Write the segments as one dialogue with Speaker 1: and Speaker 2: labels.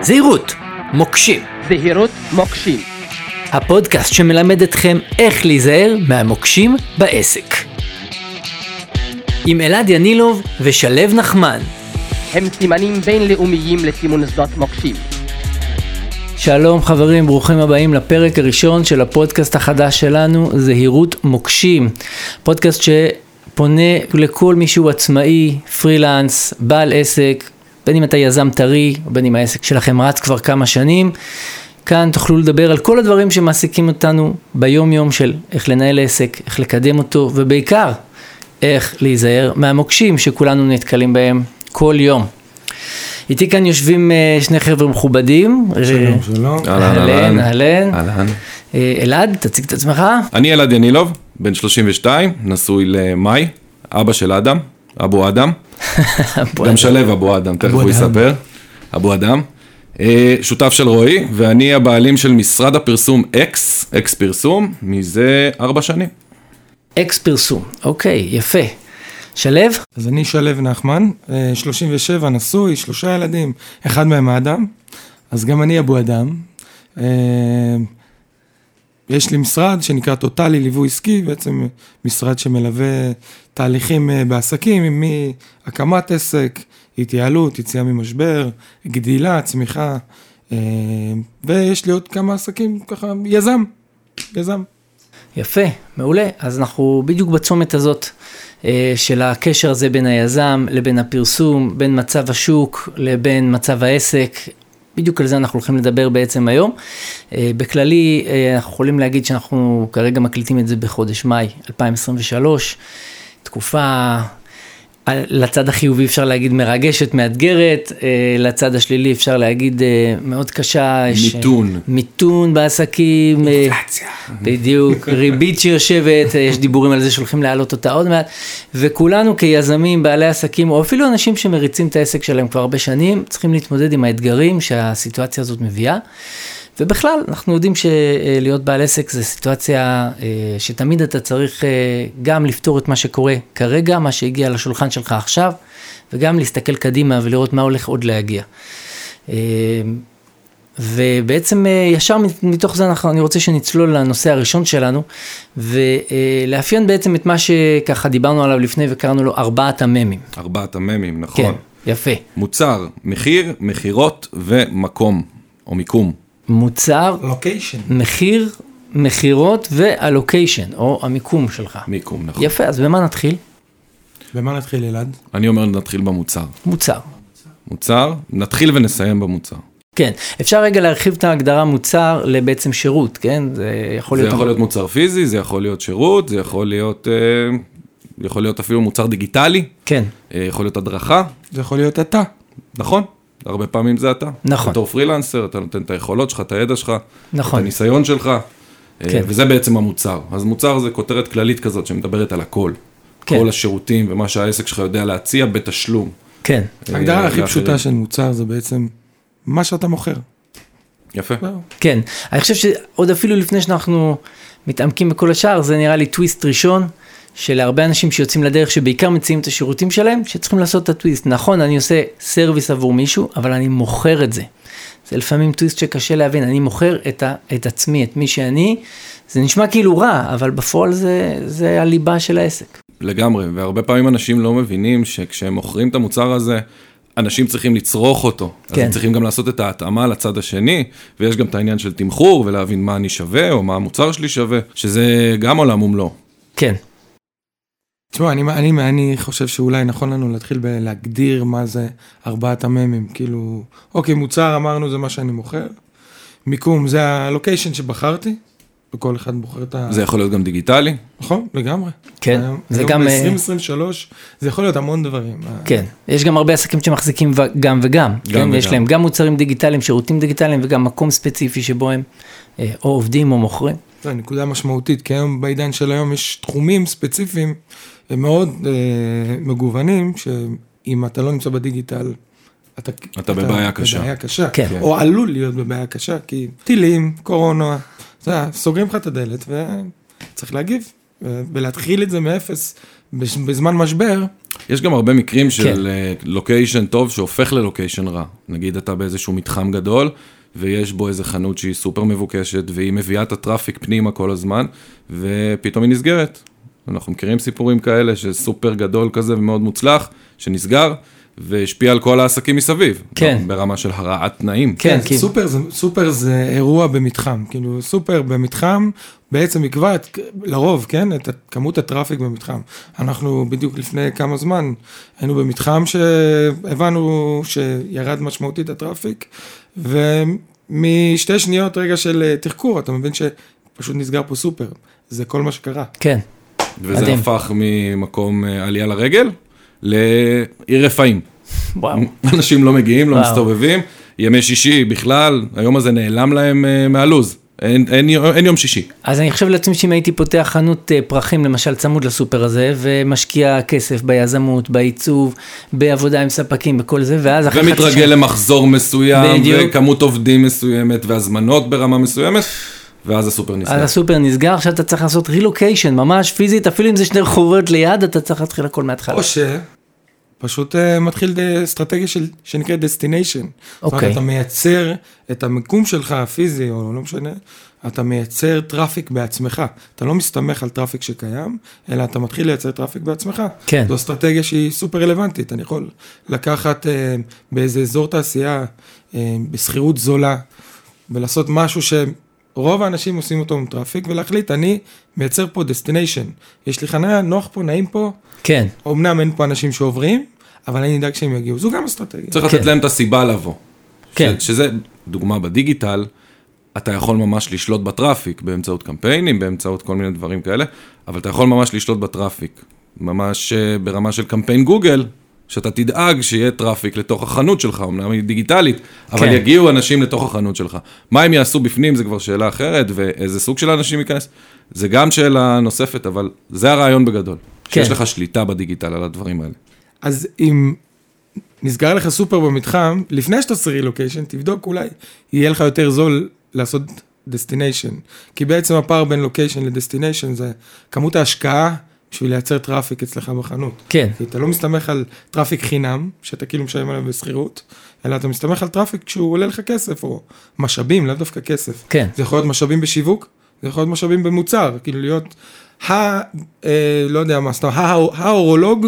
Speaker 1: זהירות, מוקשים,
Speaker 2: זהירות מוקשים.
Speaker 1: הפודקאסט שמלמד אתכם איך להיזהר מהמוקשים בעסק. עם אלעד ינילוב ושלו נחמן.
Speaker 2: הם סימנים בינלאומיים לסימון שדות מוקשים.
Speaker 1: שלום חברים, ברוכים הבאים לפרק הראשון של הפודקאסט החדש שלנו, זהירות מוקשים. פודקאסט שפונה לכל מי שהוא עצמאי, פרילנס, בעל עסק, בין אם אתה יזם טרי, בין אם העסק שלכם רץ כבר כמה שנים. כאן תוכלו לדבר על כל הדברים שמעסיקים אותנו ביום יום של איך לנהל עסק, איך לקדם אותו, ובעיקר איך להיזהר מהמוקשים שכולנו נתקלים בהם כל יום. איתי כאן יושבים אה, שני חבר'ה מכובדים. אה,
Speaker 3: שלום, שלום.
Speaker 4: אוקיי.
Speaker 1: אהלן, אהלן.
Speaker 4: אהלן.
Speaker 1: אה, אלעד, תציג את עצמך.
Speaker 4: אני אלעד ינילוב, בן 32, נשוי למאי, אבא של אדם, אבו אדם, גם שלו אבו אדם, תכף הוא יספר, אבו אדם. אה, שותף של רועי, ואני הבעלים של משרד הפרסום אקס, אקס פרסום, מזה ארבע שנים.
Speaker 1: אקס פרסום, אוקיי, יפה. שלו?
Speaker 3: אז אני שלו נחמן, אה, 37, נשוי, שלושה ילדים, אחד מהם האדם, אז גם אני אבו אדם. אה, יש לי משרד שנקרא טוטאלי ליווי עסקי, בעצם משרד שמלווה תהליכים אה, בעסקים, מהקמת עסק, התייעלות, יציאה ממשבר, גדילה, צמיחה, אה, ויש לי עוד כמה עסקים, ככה, יזם, יזם.
Speaker 1: יפה, מעולה. אז אנחנו בדיוק בצומת הזאת אה, של הקשר הזה בין היזם לבין הפרסום, בין מצב השוק לבין מצב העסק. בדיוק על זה אנחנו הולכים לדבר בעצם היום. אה, בכללי, אה, אנחנו יכולים להגיד שאנחנו כרגע מקליטים את זה בחודש מאי 2023, תקופה על- לצד החיובי אפשר להגיד מרגשת, מאתגרת, אה, לצד השלילי אפשר להגיד אה, מאוד קשה. יש- אה,
Speaker 4: מיתון.
Speaker 1: מיתון בעסקים. אינפלציה. בדיוק, ריבית שיושבת, אה, יש דיבורים על זה שהולכים להעלות אותה עוד מעט, וכולנו כיזמים, בעלי עסקים, או אפילו אנשים שמריצים את העסק שלהם כבר הרבה שנים, צריכים להתמודד עם האתגרים שהסיטואציה הזאת מביאה. ובכלל, אנחנו יודעים שלהיות בעל עסק זו סיטואציה אה, שתמיד אתה צריך אה, גם לפתור את מה שקורה כרגע, מה שהגיע לשולחן שלך עכשיו, וגם להסתכל קדימה ולראות מה הולך עוד להגיע. אה, ובעצם אה, ישר מת- מתוך זה אנחנו, אני רוצה שנצלול לנושא הראשון שלנו, ולאפיין בעצם את מה שככה דיברנו עליו לפני וקראנו לו ארבעת המ"מים.
Speaker 4: ארבעת המ"מים, נכון.
Speaker 1: כן, יפה.
Speaker 4: מוצר, מחיר, מכירות ומקום, או מיקום.
Speaker 1: מוצר,
Speaker 3: לוקיישן.
Speaker 1: מחיר, מכירות והלוקיישן, או המיקום שלך.
Speaker 4: מיקום, נכון.
Speaker 1: יפה, אז במה נתחיל?
Speaker 3: במה נתחיל אלעד?
Speaker 4: אני אומר נתחיל במוצר.
Speaker 1: מוצר.
Speaker 4: מוצר, נתחיל ונסיים במוצר.
Speaker 1: כן, אפשר רגע להרחיב את ההגדרה מוצר לבעצם שירות, כן? זה יכול
Speaker 4: זה
Speaker 1: להיות...
Speaker 4: יכול להיות מוצר פיזי, זה יכול להיות שירות, זה יכול להיות, אה, יכול להיות אפילו מוצר דיגיטלי,
Speaker 1: כן,
Speaker 4: אה, יכול להיות הדרכה,
Speaker 3: זה יכול להיות אתה.
Speaker 4: נכון? הרבה פעמים זה אתה.
Speaker 1: נכון.
Speaker 4: בתור פרילנסר, אתה נותן את היכולות שלך, את הידע שלך,
Speaker 1: נכון.
Speaker 4: את הניסיון שלך, אה,
Speaker 1: כן.
Speaker 4: וזה בעצם המוצר. אז מוצר זה כותרת כללית כזאת שמדברת על הכל.
Speaker 1: כן.
Speaker 4: כל השירותים ומה שהעסק שלך יודע להציע בתשלום.
Speaker 1: כן,
Speaker 4: אה,
Speaker 3: ההגדרה הכי
Speaker 4: לאחרים.
Speaker 3: פשוטה של מוצר זה בעצם מה שאתה מוכר.
Speaker 4: יפה.
Speaker 3: זהו.
Speaker 1: כן. אני חושב שעוד אפילו לפני שאנחנו מתעמקים בכל השאר, זה נראה לי טוויסט ראשון שלהרבה אנשים שיוצאים לדרך, שבעיקר מציעים את השירותים שלהם, שצריכים לעשות את הטוויסט. נכון, אני עושה סרוויס עבור מישהו, אבל אני מוכר את זה. זה לפעמים טוויסט שקשה להבין, אני מוכר את, ה, את עצמי, את מי שאני. זה נשמע כאילו רע, אבל בפועל זה, זה הליבה של העסק.
Speaker 4: לגמרי, והרבה פעמים אנשים לא מבינים שכשהם מוכרים את המוצר הזה, אנשים צריכים לצרוך אותו. כן. אז
Speaker 1: כן.
Speaker 4: הם צריכים גם לעשות את ההתאמה לצד השני, ויש גם את העניין של תמחור, ולהבין מה אני שווה, או מה המוצר שלי שווה, שזה גם עולם ומלואו.
Speaker 1: כן,
Speaker 3: תשמע, אני, אני, אני חושב שאולי נכון לנו להתחיל בלהגדיר מה זה ארבעת המ"מים. כאילו, אוקיי, מוצר אמרנו זה מה שאני מוכר. מיקום זה הלוקיישן שבחרתי. וכל אחד בוחר את ה...
Speaker 4: זה יכול להיות גם דיגיטלי,
Speaker 3: נכון, לגמרי.
Speaker 1: כן,
Speaker 3: היום-
Speaker 1: זה
Speaker 3: היום
Speaker 1: גם, אה,
Speaker 3: ב-2023 זה יכול להיות המון דברים.
Speaker 1: כן. יש גם הרבה עסקים שמחזיקים ו- גם וגם. כן,
Speaker 4: וגם.
Speaker 1: יש להם גם מוצרים דיגיטליים, שירותים דיגיטליים, וגם מקום ספציפי שבו הם אה, או עובדים או מוכרים.
Speaker 3: זו נקודה משמעותית, כי היום בעידן של היום יש תחומים ספציפיים אה, מאוד אה, מגוונים, שאם אתה לא נמצא בדיגיטל, אתה, אתה,
Speaker 4: בבעיה קשה.
Speaker 3: בבעיה קשה.
Speaker 1: כן.
Speaker 3: כן. או עלול להיות בבעיה קשה, כי טילים, קורונה, אתה יודע, סוגרים לך את הדלת וצריך להגיב. ו- ולהתחיל את זה מאפס בש- בזמן משבר,
Speaker 4: יש גם הרבה
Speaker 1: כן.
Speaker 4: מקרים של אה, לוקיישן טוב שהופך ללוקיישן רע. נגיד אתה באיזשהו מתחם גדול, ויש בו איזה חנות שהיא סופר מבוקשת, והיא מביאה את הטראפיק פנימה כל הזמן, ופתאום היא נסגרת. אנחנו מכירים סיפורים כאלה של סופר גדול כזה ומאוד מוצלח, שנסגר, והשפיע על כל העסקים מסביב.
Speaker 1: כן.
Speaker 4: גם ברמה של הרעת תנאים.
Speaker 1: כן,
Speaker 3: כן,
Speaker 1: כי-
Speaker 3: סופר זה, סופר זה אירוע במתחם, כאילו סופר במתחם בעצם יקבע את, לרוב, כן, את ה- כמות הטראפיק במתחם. אנחנו בדיוק לפני כמה זמן היינו במתחם שהבנו שירד משמעותית הטראפיק, ומשתי שניות רגע של אה, תחקור, אתה מבין שפשוט נסגר פה סופר, זה כל מה שקרה.
Speaker 1: כן,
Speaker 4: וזה
Speaker 1: מדהים.
Speaker 4: הפך ממקום אה, עלייה לרגל לעיר רפאים.
Speaker 1: וואו.
Speaker 4: אנשים לא מגיעים, לא
Speaker 1: וואו.
Speaker 4: מסתובבים, ימי שישי בכלל, היום הזה נעלם להם אה, מהלו"ז, אין, אין, יום- אין יום שישי.
Speaker 1: אז אני חושב לעצמי שאם הייתי פותח חנות אה, פרחים למשל צמוד לסופר הזה ומשקיע כסף ביזמות, בעיצוב, בעבודה עם ספקים, בכל זה, ואז אחרי חצי
Speaker 4: ומתרגל
Speaker 1: שנה-
Speaker 4: למחזור מסוים,
Speaker 1: בדיוק.
Speaker 4: וכמות עובדים מסוימת, והזמנות ברמה מסוימת, ואז הסופר
Speaker 1: אז
Speaker 4: נסגר.
Speaker 1: הסופר נסגר, עכשיו אתה צריך לעשות רילוקיישן, ממש פיזית, אפילו אם זה שני רחובות ליד, אתה צריך להתחיל הכל מההתחלה.
Speaker 3: או שפשוט אה, מתחיל ד- אסטרטגיה של, שנקראת דסטיניישן.
Speaker 1: אוקיי.
Speaker 3: אתה מייצר את המיקום שלך הפיזי, או לא משנה, אתה מייצר טראפיק בעצמך. אתה לא מסתמך על טראפיק שקיים, אלא אתה מתחיל לייצר טראפיק בעצמך.
Speaker 1: כן.
Speaker 3: זו אסטרטגיה שהיא סופר רלוונטית. אני יכול לקחת אה, באיזה אזור תעשייה, אה, בשכירות זולה, ולעשות משהו שרוב האנשים עושים אותו עם טראפיק, ולהחליט, אני מייצר פה דסטיניישן. יש לי חניה, נוח פה, נעים פה.
Speaker 1: כן,
Speaker 3: אמנם אין פה אנשים שעוברים, אבל אני אדאג שהם יגיעו, זו גם אסטרטגיה.
Speaker 4: צריך
Speaker 1: כן.
Speaker 4: לתת להם את הסיבה לבוא.
Speaker 1: כן.
Speaker 4: ש, שזה, דוגמה בדיגיטל, אתה יכול ממש לשלוט בטראפיק באמצעות קמפיינים, באמצעות כל מיני דברים כאלה, אבל אתה יכול ממש לשלוט בטראפיק. ממש אה, ברמה של קמפיין גוגל, שאתה תדאג שיהיה טראפיק לתוך החנות שלך, אמנם היא דיגיטלית, אבל
Speaker 1: כן.
Speaker 4: יגיעו אנשים לתוך החנות שלך. מה הם יעשו בפנים זה כבר שאלה אחרת, ואיזה סוג של אנשים ייכנס, זה גם שאלה נוספת, אבל זה הרעיון בגדול.
Speaker 1: כן.
Speaker 4: שיש לך שליטה בדיגיטל על הדברים האלה.
Speaker 3: אז אם נסגר לך סופר במתחם, לפני שאתה עושה רילוקיישן, תבדוק אולי יהיה לך יותר זול לעשות דסטיניישן. כי בעצם הפער בין לוקיישן לדסטיניישן זה כמות ההשקעה בשביל לייצר טראפיק אצלך בחנות.
Speaker 1: כן,
Speaker 3: כי אתה לא מסתמך על טראפיק חינם, שאתה כאילו משלם עליו בשכירות, אלא אתה מסתמך על טראפיק שהוא עולה לך כסף, או משאבים, לאו דווקא כסף.
Speaker 1: כן.
Speaker 3: זה יכול להיות משאבים בשיווק, זה יכול להיות משאבים במוצר, כאילו להיות ה... אה, לא יודע מה, סתם, ה- האורולוג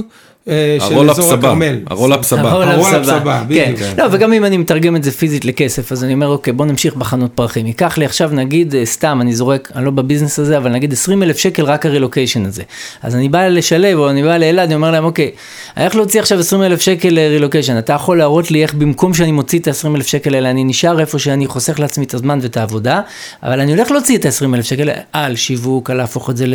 Speaker 3: אה, של
Speaker 4: הרולאפ
Speaker 3: אזור
Speaker 4: סבבה,
Speaker 3: הכרמל.
Speaker 4: הרולאפ סבבה.
Speaker 1: הרולאפ
Speaker 3: הרולאפ
Speaker 1: סבבה,
Speaker 3: סבבה,
Speaker 1: כן.
Speaker 3: בדיוק. כן.
Speaker 1: לא, וגם אם אני מתרגם את זה פיזית לכסף, אז אני אומר, אוקיי, בוא נמשיך בחנות פרחים. ייקח לי עכשיו, נגיד, אה, סתם, אני זורק, אני לא בביזנס הזה, אבל נגיד 20 אלף שקל רק הרילוקיישן הזה. אז אני בא לשלב, או אני בא לאלעד, אני אומר להם, אוקיי, אני הולך להוציא עכשיו 20 אלף שקל אה, רילוקיישן, אתה יכול להראות לי איך במקום שאני מוציא את ה-20 אלף שקל האלה, אני נשאר איפה שאני חוסך לעצמי את הזמן ואת העבודה, אבל אני הולך להוציא את ה-20 אלף שקל על שיווק, על להפוך את זה ל...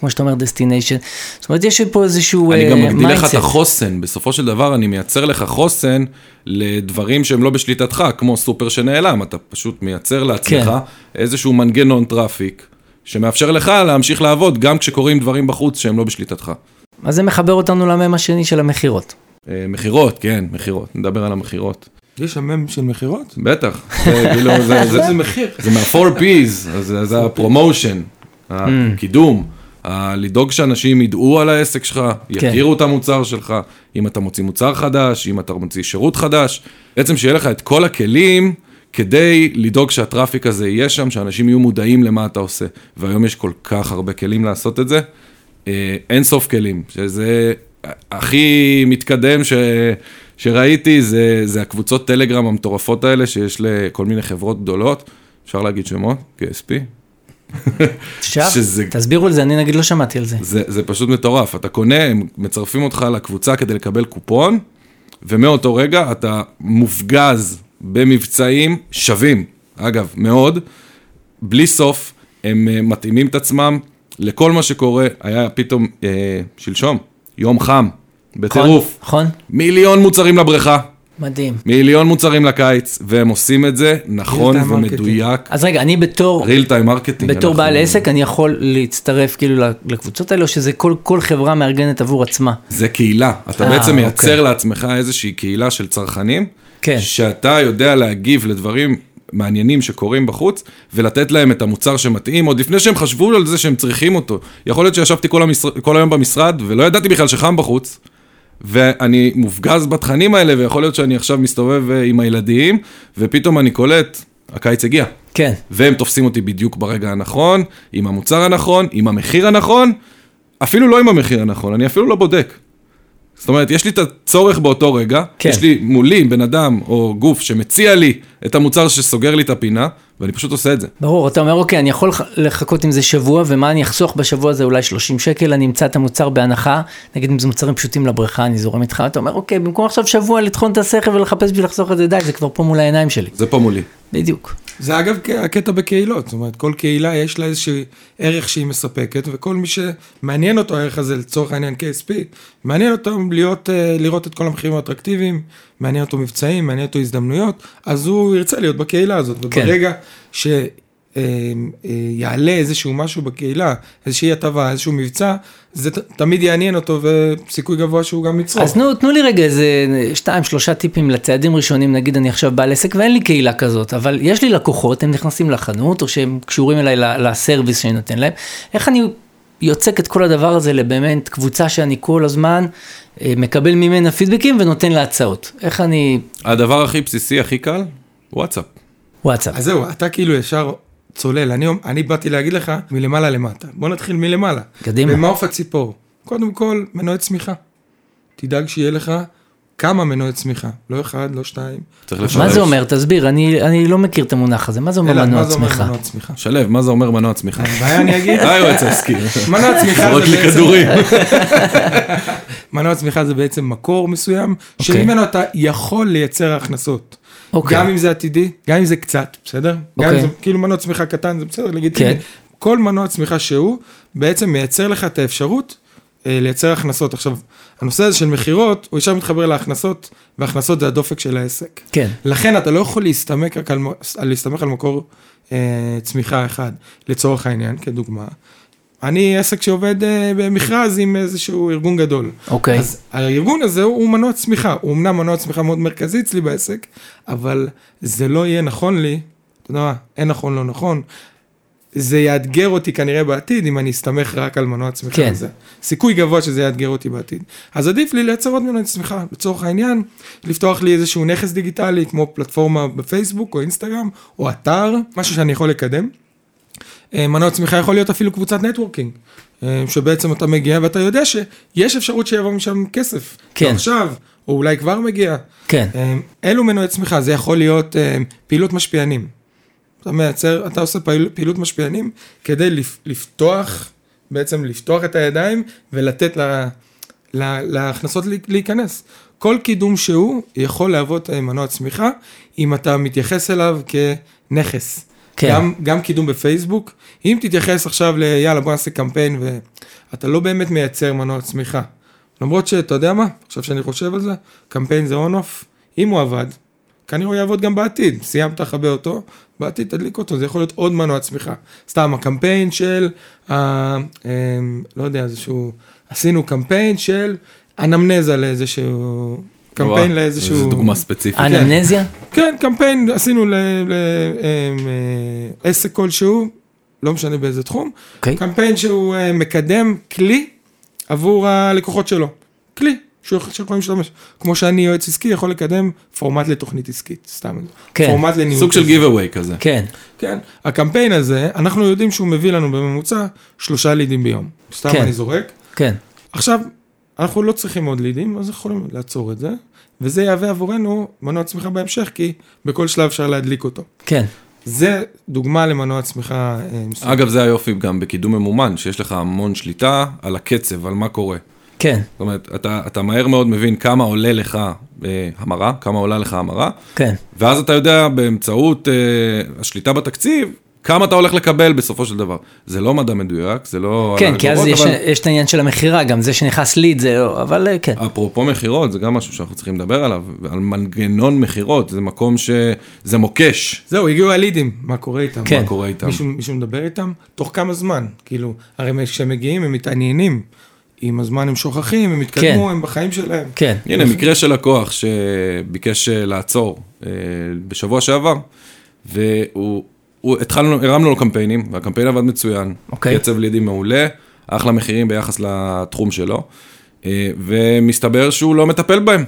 Speaker 1: כמו שאתה אומר, דסטיניישן. זאת אומרת, יש פה איזשהו...
Speaker 4: אני גם
Speaker 1: אה,
Speaker 4: מגדיל לך את
Speaker 1: mindset.
Speaker 4: החוסן, בסופו של דבר אני מייצר לך חוסן לדברים שהם לא בשליטתך, כמו סופר שנעלם, אתה פשוט מייצר לעצמך
Speaker 1: כן.
Speaker 4: איזשהו מנגנון טראפיק, שמאפשר לך להמשיך לעבוד גם כשקורים דברים בחוץ שהם לא בשליטתך.
Speaker 1: אז זה מחבר אותנו למם השני של המכירות.
Speaker 4: אה, מכירות, כן, מכירות, נדבר על המכירות.
Speaker 3: יש המם של מכירות?
Speaker 4: בטח, זה כאילו, זה- זה-
Speaker 3: זה מחיר.
Speaker 4: זה מה-4 P's, אז זה- זה הפרומושן,
Speaker 1: Mm.
Speaker 4: הקידום, ה- לדאוג שאנשים ידעו על העסק שלך,
Speaker 1: כן.
Speaker 4: יכירו את המוצר שלך, אם אתה מוציא מוצר חדש, אם אתה מוציא שירות חדש, בעצם שיהיה לך את כל הכלים. כדי לדאוג שהטראפיק הזה יהיה שם, שאנשים יהיו מודעים למה אתה עושה. והיום יש כל כך הרבה כלים לעשות את זה. אה, אין סוף כלים, שזה הכי מתקדם ש... שראיתי, זה, זה הקבוצות טלגרם המטורפות האלה שיש לכל מיני חברות גדולות, אפשר להגיד שמות, KSP,
Speaker 1: אפשר?
Speaker 4: שזה-
Speaker 1: תסבירו על זה, אני נגיד לא שמעתי על זה.
Speaker 4: זה, זה פשוט מטורף, אתה קונה, הם מצרפים אותך לקבוצה כדי לקבל קופון, ומאותו רגע אתה מופגז במבצעים שווים, אגב, מאוד, בלי סוף, הם אה, מתאימים את עצמם לכל מה שקורה, היה פתאום, אה, שלשום, יום חם, בטירוף,
Speaker 1: נכון?
Speaker 4: מיליון מוצרים לבריכה,
Speaker 1: מדהים.
Speaker 4: מיליון מוצרים לקיץ, והם עושים את זה נכון
Speaker 3: Real time
Speaker 4: ומדויק,
Speaker 1: אז רגע, אני בתור,
Speaker 4: real time marketing.
Speaker 1: בתור
Speaker 4: אנחנו-
Speaker 1: בעל עסק, אני יכול להצטרף כאילו לקבוצות האלה, או שזה כל, כל חברה מארגנת עבור עצמה?
Speaker 4: זה קהילה, אתה
Speaker 1: אה,
Speaker 4: בעצם מייצר
Speaker 1: אוקיי.
Speaker 4: לעצמך איזושהי קהילה של צרכנים,
Speaker 1: כן.
Speaker 4: שאתה יודע להגיב לדברים מעניינים שקורים בחוץ, ולתת להם את המוצר שמתאים, עוד לפני שהם חשבו על זה שהם צריכים אותו. יכול להיות שישבתי כל, המשרד, כל היום במשרד, ולא ידעתי בכלל שחם בחוץ, ואני מופגז בתכנים האלה, ויכול להיות שאני עכשיו מסתובב אה, עם הילדים, ופתאום אני קולט, הקיץ הגיע.
Speaker 1: כן.
Speaker 4: והם תופסים אותי בדיוק ברגע הנכון, עם המוצר הנכון, עם המחיר הנכון, אפילו לא עם המחיר הנכון, אני אפילו לא בודק. זאת אומרת, יש לי את הצורך באותו רגע,
Speaker 1: כן.
Speaker 4: כן. יש לי מולי בן אדם או גוף שמציע לי את המוצר שסוגר לי את הפינה, ואני פשוט עושה את זה.
Speaker 1: ברור, אתה אומר, אוקיי, אני יכול לח- לחכות עם זה שבוע, ומה אני אחסוך בשבוע הזה? אולי 30 שקל, אני אמצא את המוצר בהנחה, נגיד אם זה מוצרים פשוטים לבריכה, אני זורם איתך, אתה אומר, אוקיי, במקום עכשיו שבוע לטחון את השכל ולחפש בשביל לחסוך את זה, די, זה כבר פה מול העיניים שלי.
Speaker 4: זה פה מולי.
Speaker 1: בדיוק.
Speaker 3: זה אגב כ- הקטע בקהילות, זאת אומרת, כל קהילה יש לה איזשהו ערך שהיא מספקת, וכל מי שמעניין אותו הערך הזה, לצורך העניין KSP, מעניין אותו להיות, אה, לראות את כל המחירים האטרקטיביים, מעניין אותו מבצעים, מעניין אותו הזדמנויות, אז הוא ירצה להיות בקהילה הזאת,
Speaker 1: כן.
Speaker 3: וברגע ש... אה, אה, יעלה איזשהו משהו בקהילה, איזושהי הטבה, איזשהו מבצע, זה ת- תמיד יעניין אותו וסיכוי גבוה שהוא גם יצרוך.
Speaker 1: אז נו, תנו לי רגע איזה שתיים, שלושה טיפים לצעדים ראשונים, נגיד אני עכשיו בעל עסק ואין לי קהילה כזאת, אבל יש לי לקוחות, הם נכנסים לחנות, או שהם קשורים אליי ל- לסרוויס שאני נותן להם, איך אני יוצק את כל הדבר הזה לבאמת קבוצה שאני כל הזמן אה, מקבל ממנה פידבקים ונותן לה הצעות. איך אני...
Speaker 4: הדבר הכי בסיסי, הכי קל, וואטסאפ.
Speaker 1: וואטסאפ.
Speaker 3: אז זהו, אתה כאילו ישר צולל. אני, אני באתי להגיד לך מלמעלה למטה. בוא נתחיל מלמעלה.
Speaker 1: קדימה.
Speaker 3: במעוף הציפור. קודם כל, מנועי צמיחה. תדאג שיהיה לך כמה מנועי צמיחה. לא אחד, לא שתיים.
Speaker 4: צריך לשלב.
Speaker 1: מה זה אומר? תסביר, אני, אני לא מכיר את המונח הזה, מה זה אומר
Speaker 3: אלא,
Speaker 1: מנוע
Speaker 3: מה זה אומר
Speaker 1: צמיחה?
Speaker 3: מנוע צמיחה?
Speaker 4: שלב, מה זה אומר מנוע צמיחה?
Speaker 3: הבעיה אני אגיד,
Speaker 4: היי, יועץ עסקי.
Speaker 3: מנוע צמיחה
Speaker 4: זורק
Speaker 3: זה
Speaker 4: לא לי
Speaker 3: בעצם...
Speaker 4: כדורים.
Speaker 3: מנוע צמיחה זה בעצם מקור מסוים, okay.
Speaker 1: אוקיי.
Speaker 3: שממנו אתה יכול לייצר הכנסות.
Speaker 1: אוקיי.
Speaker 3: גם אם זה עתידי, גם אם זה קצת, בסדר? Okay. גם
Speaker 1: אוקיי.
Speaker 3: אם זה כאילו מנוע צמיחה קטן, זה בסדר, לגיטימי.
Speaker 1: כן.
Speaker 3: כל מנוע צמיחה שהוא, בעצם מייצר לך את האפשרות אה, לייצר הכנסות. עכשיו, הנושא הזה של מכירות, הוא ישר מתחבר להכנסות, והכנסות זה הדופק של העסק.
Speaker 1: כן.
Speaker 3: לכן אתה לא יכול להסתמך רק על, מ- על- להסתמך על מקור אה, צמיחה אחד, לצורך העניין, כדוגמה. אני עסק שעובד אה, במכרז עם איזשהו ארגון גדול.
Speaker 1: אוקיי.
Speaker 3: אז הארגון הזה הוא, הוא מנוע צמיחה, הוא אמנם מנוע צמיחה מאוד מרכזי אצלי בעסק, אבל זה לא יהיה נכון לי, אתה יודע מה, אין נכון לא נכון, זה יאתגר אותי כנראה בעתיד אם אני אסתמך רק על מנוע צמיחה
Speaker 1: כן.
Speaker 3: הזה. סיכוי גבוה שזה יאתגר אותי בעתיד. אז עדיף לי לייצר עוד מנועי צמיחה, לצורך העניין, לפתוח לי איזשהו נכס דיגיטלי כמו פלטפורמה בפייסבוק או אינסטגרם או אתר, משהו שאני יכול לקדם. אה, מנוע צמיחה יכול להיות אפילו קבוצת נטוורקינג, אה, שבעצם אתה מגיע ואתה יודע שיש אפשרות שיבוא משם כסף.
Speaker 1: כן.
Speaker 3: לא עכשיו, או אולי כבר מגיע.
Speaker 1: כן.
Speaker 3: אה, אלו מנועי צמיחה, זה יכול להיות אה, פעילות משפיענים. אתה מייצר, אתה עושה פעיל, פעילות משפיענים כדי לפ, לפתוח, בעצם לפתוח את הידיים ולתת לה, לה, להכנסות לה, להיכנס. כל קידום שהוא יכול להוות אה, מנוע צמיחה, אם אתה מתייחס אליו כנכס.
Speaker 1: כן.
Speaker 3: גם, גם קידום בפייסבוק, אם תתייחס עכשיו ל- יאללה בוא נעשה קמפיין ואתה לא באמת מייצר מנוע צמיחה. למרות שאתה יודע מה, עכשיו שאני חושב על זה, קמפיין זה און אוף, אם הוא עבד, כנראה הוא יעבוד גם בעתיד, סיימת לכבה אותו, בעתיד תדליק אותו, זה יכול להיות עוד מנוע צמיחה. סתם הקמפיין של, אה, אמ, לא יודע, איזשהו, עשינו קמפיין של אנמנזה לאיזשהו, קמפיין
Speaker 4: וואו,
Speaker 3: לאיזשהו...
Speaker 4: זו דוגמה ספציפית.
Speaker 1: אנמנזיה?
Speaker 3: כן, קמפיין עשינו לעסק אה, כלשהו, לא משנה באיזה תחום,
Speaker 1: אוקיי.
Speaker 3: קמפיין שהוא אה, מקדם כלי עבור הלקוחות שלו. כלי. שהוא יכול- שיכולים להשתמש, כמו שאני יועץ עסקי יכול לקדם פורמט לתוכנית עסקית, סתם,
Speaker 1: כן.
Speaker 3: פורמט לניהול.
Speaker 4: סוג של
Speaker 3: כזה.
Speaker 4: גיבווי כזה.
Speaker 1: כן.
Speaker 3: כן, הקמפיין הזה, אנחנו יודעים שהוא מביא לנו בממוצע שלושה לידים ביום, סתם
Speaker 1: כן.
Speaker 3: אני זורק.
Speaker 1: כן.
Speaker 3: עכשיו, אנחנו לא צריכים עוד לידים, אז יכולים לעצור את זה, וזה יהווה עבורנו מנוע צמיחה בהמשך, כי בכל שלב אפשר להדליק אותו.
Speaker 1: כן.
Speaker 3: זה דוגמה למנוע צמיחה אה, מסוים.
Speaker 4: אגב, זה היופי גם בקידום ממומן, שיש לך המון שליטה על הקצב, על מה קורה.
Speaker 1: כן.
Speaker 4: זאת אומרת, אתה, אתה מהר מאוד מבין כמה עולה לך אה, המרה, כמה עולה לך המרה,
Speaker 1: כן.
Speaker 4: ואז אתה יודע באמצעות אה, השליטה בתקציב, כמה אתה הולך לקבל בסופו של דבר. זה לא מדע מדויק, זה לא...
Speaker 1: כן,
Speaker 4: על
Speaker 1: כי אז
Speaker 4: האגורות,
Speaker 1: יש,
Speaker 4: אבל
Speaker 1: יש את העניין של המכירה, גם זה שנכנס ליד זה לא, אבל אה, כן.
Speaker 4: אפרופו מכירות, זה גם משהו שאנחנו צריכים לדבר עליו, על מנגנון מכירות, זה מקום ש... זה מוקש.
Speaker 3: זהו, הגיעו הלידים, מה קורה איתם?
Speaker 1: כן.
Speaker 4: מה קורה איתם?
Speaker 3: מישהו, מישהו מדבר איתם? תוך כמה זמן? כאילו, הרי כשהם מגיעים הם מתעניינים. עם הזמן הם שוכחים, הם התקדמו, הם בחיים שלהם.
Speaker 1: כן.
Speaker 4: הנה, מקרה של לקוח שביקש אה, לעצור אה, בשבוע שעבר, והוא, הוא- התחלנו, הרמנו לו קמפיינים, והקמפיין עבד מצוין.
Speaker 1: אוקיי.
Speaker 4: קצב לידים מעולה, אחלה מחירים ביחס לתחום שלו, אה, ומסתבר שהוא לא מטפל בהם.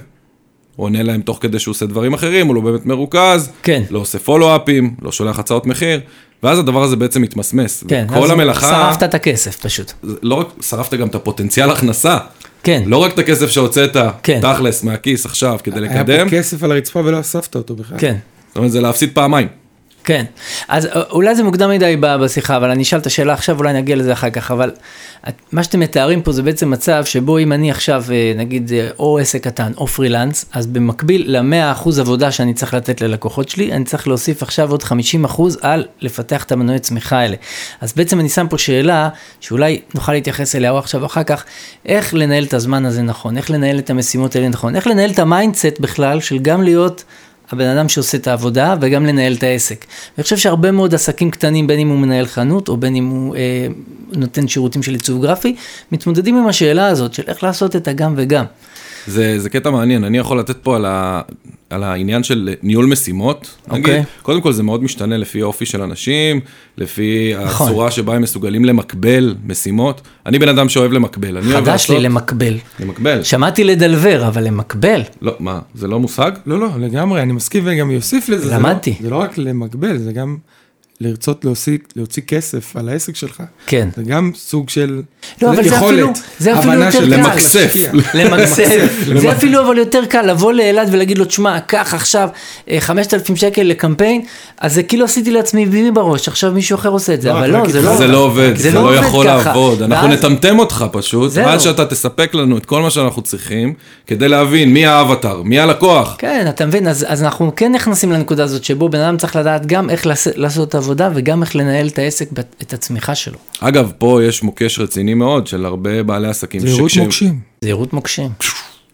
Speaker 4: הוא עונה להם תוך כדי שהוא עושה דברים אחרים, הוא לא באמת מרוכז,
Speaker 1: כן.
Speaker 4: לא עושה פולו-אפים, לא שולח הצעות מחיר, ואז הדבר הזה בעצם מתמסמס.
Speaker 1: כן,
Speaker 4: כל
Speaker 1: אז
Speaker 4: המלאכה...
Speaker 1: שרפת את הכסף פשוט.
Speaker 4: לא רק שרפת גם את הפוטנציאל הכנסה.
Speaker 1: כן.
Speaker 4: לא רק את הכסף שהוצאת,
Speaker 1: כן.
Speaker 4: תכלס, מהכיס עכשיו כדי
Speaker 3: היה
Speaker 4: לקדם,
Speaker 3: פה כסף על הרצפה ולא אספת אותו בכלל.
Speaker 1: כן.
Speaker 4: זאת אומרת זה להפסיד פעמיים.
Speaker 1: כן, אז א- אולי זה מוקדם מדי ב- בשיחה, אבל אני אשאל את השאלה עכשיו, אולי נגיע לזה אחר כך, אבל את- מה שאתם מתארים פה זה בעצם מצב שבו אם אני עכשיו, אה, נגיד, אה, או עסק קטן או פרילנס, אז במקביל ל-100% עבודה שאני צריך לתת ללקוחות שלי, אני צריך להוסיף עכשיו עוד 50% על לפתח את המנועי צמיחה האלה. אז בעצם אני שם פה שאלה, שאולי נוכל להתייחס אליה או עכשיו אחר כך, איך לנהל את הזמן הזה נכון, איך לנהל את המשימות האלה נכון, איך לנהל את המיינדסט בכלל של גם להיות... הבן אדם שעושה את העבודה וגם לנהל את העסק. אני חושב שהרבה מאוד עסקים קטנים, בין אם הוא מנהל חנות או בין אם הוא אה, נותן שירותים של עיצוב גרפי, מתמודדים עם השאלה הזאת של איך לעשות את הגם וגם.
Speaker 4: זה, זה קטע מעניין, אני יכול לתת פה על, ה, על העניין של ניהול משימות. נגיד,
Speaker 1: אוקיי.
Speaker 4: קודם כל זה מאוד משתנה לפי האופי של אנשים, לפי
Speaker 1: נכון.
Speaker 4: הצורה שבה הם מסוגלים למקבל משימות. אני בן אדם שאוהב למקבל. אני אוהב
Speaker 1: חדש לי
Speaker 4: לעשות-
Speaker 1: למקבל.
Speaker 4: למקבל.
Speaker 1: שמעתי לדלבר, אבל למקבל.
Speaker 4: לא, מה, זה לא מושג?
Speaker 3: לא, לא, לגמרי, אני מסכים וגם יוסיף לזה. זה לא-
Speaker 1: למדתי.
Speaker 3: זה לא רק למגבל, זה גם לרצות להוציא, להוציא כסף על העסק שלך.
Speaker 1: כן.
Speaker 3: זה גם סוג של
Speaker 1: לא, אבל זה
Speaker 3: יכולת,
Speaker 1: אפילו- זה אפילו
Speaker 3: הבנה
Speaker 1: יותר
Speaker 3: של כן.
Speaker 1: קל.
Speaker 4: למקסף.
Speaker 3: להשקיע.
Speaker 1: למקסם. זה אפילו אבל יותר קל לבוא לאלעד ולהגיד לו, תשמע, קח עכשיו אה, 5,000 שקל לקמפיין, אז זה כאילו עשיתי לעצמי ביבי בראש, עכשיו מישהו אחר עושה את זה,
Speaker 3: לא,
Speaker 1: אבל
Speaker 3: רק
Speaker 1: לא,
Speaker 3: להגיד
Speaker 1: זה
Speaker 3: לך,
Speaker 1: לא...
Speaker 4: זה לא עובד, זה לא
Speaker 1: עובד
Speaker 4: יכול
Speaker 1: ככה.
Speaker 4: לעבוד, אנחנו
Speaker 1: ואז-
Speaker 4: נטמטם אותך פשוט,
Speaker 1: זהו.
Speaker 4: עד שאתה תספק לנו את כל מה שאנחנו צריכים, כדי להבין מי האבטר, מי הלקוח.
Speaker 1: כן, אתה מבין, אז, אז אנחנו כן נכנסים לנקודה הזאת שבו בן אדם צריך לדעת גם איך לעש, לעשות את העבודה וגם איך לנהל את העסק, בת- את הצמיחה שלו.
Speaker 4: אגב, פה יש מוקש רציני מאוד של הרבה בעלי עסקים,
Speaker 3: זהירות
Speaker 4: שכשהם-
Speaker 3: מוקשים.
Speaker 1: זהירות מוקשים.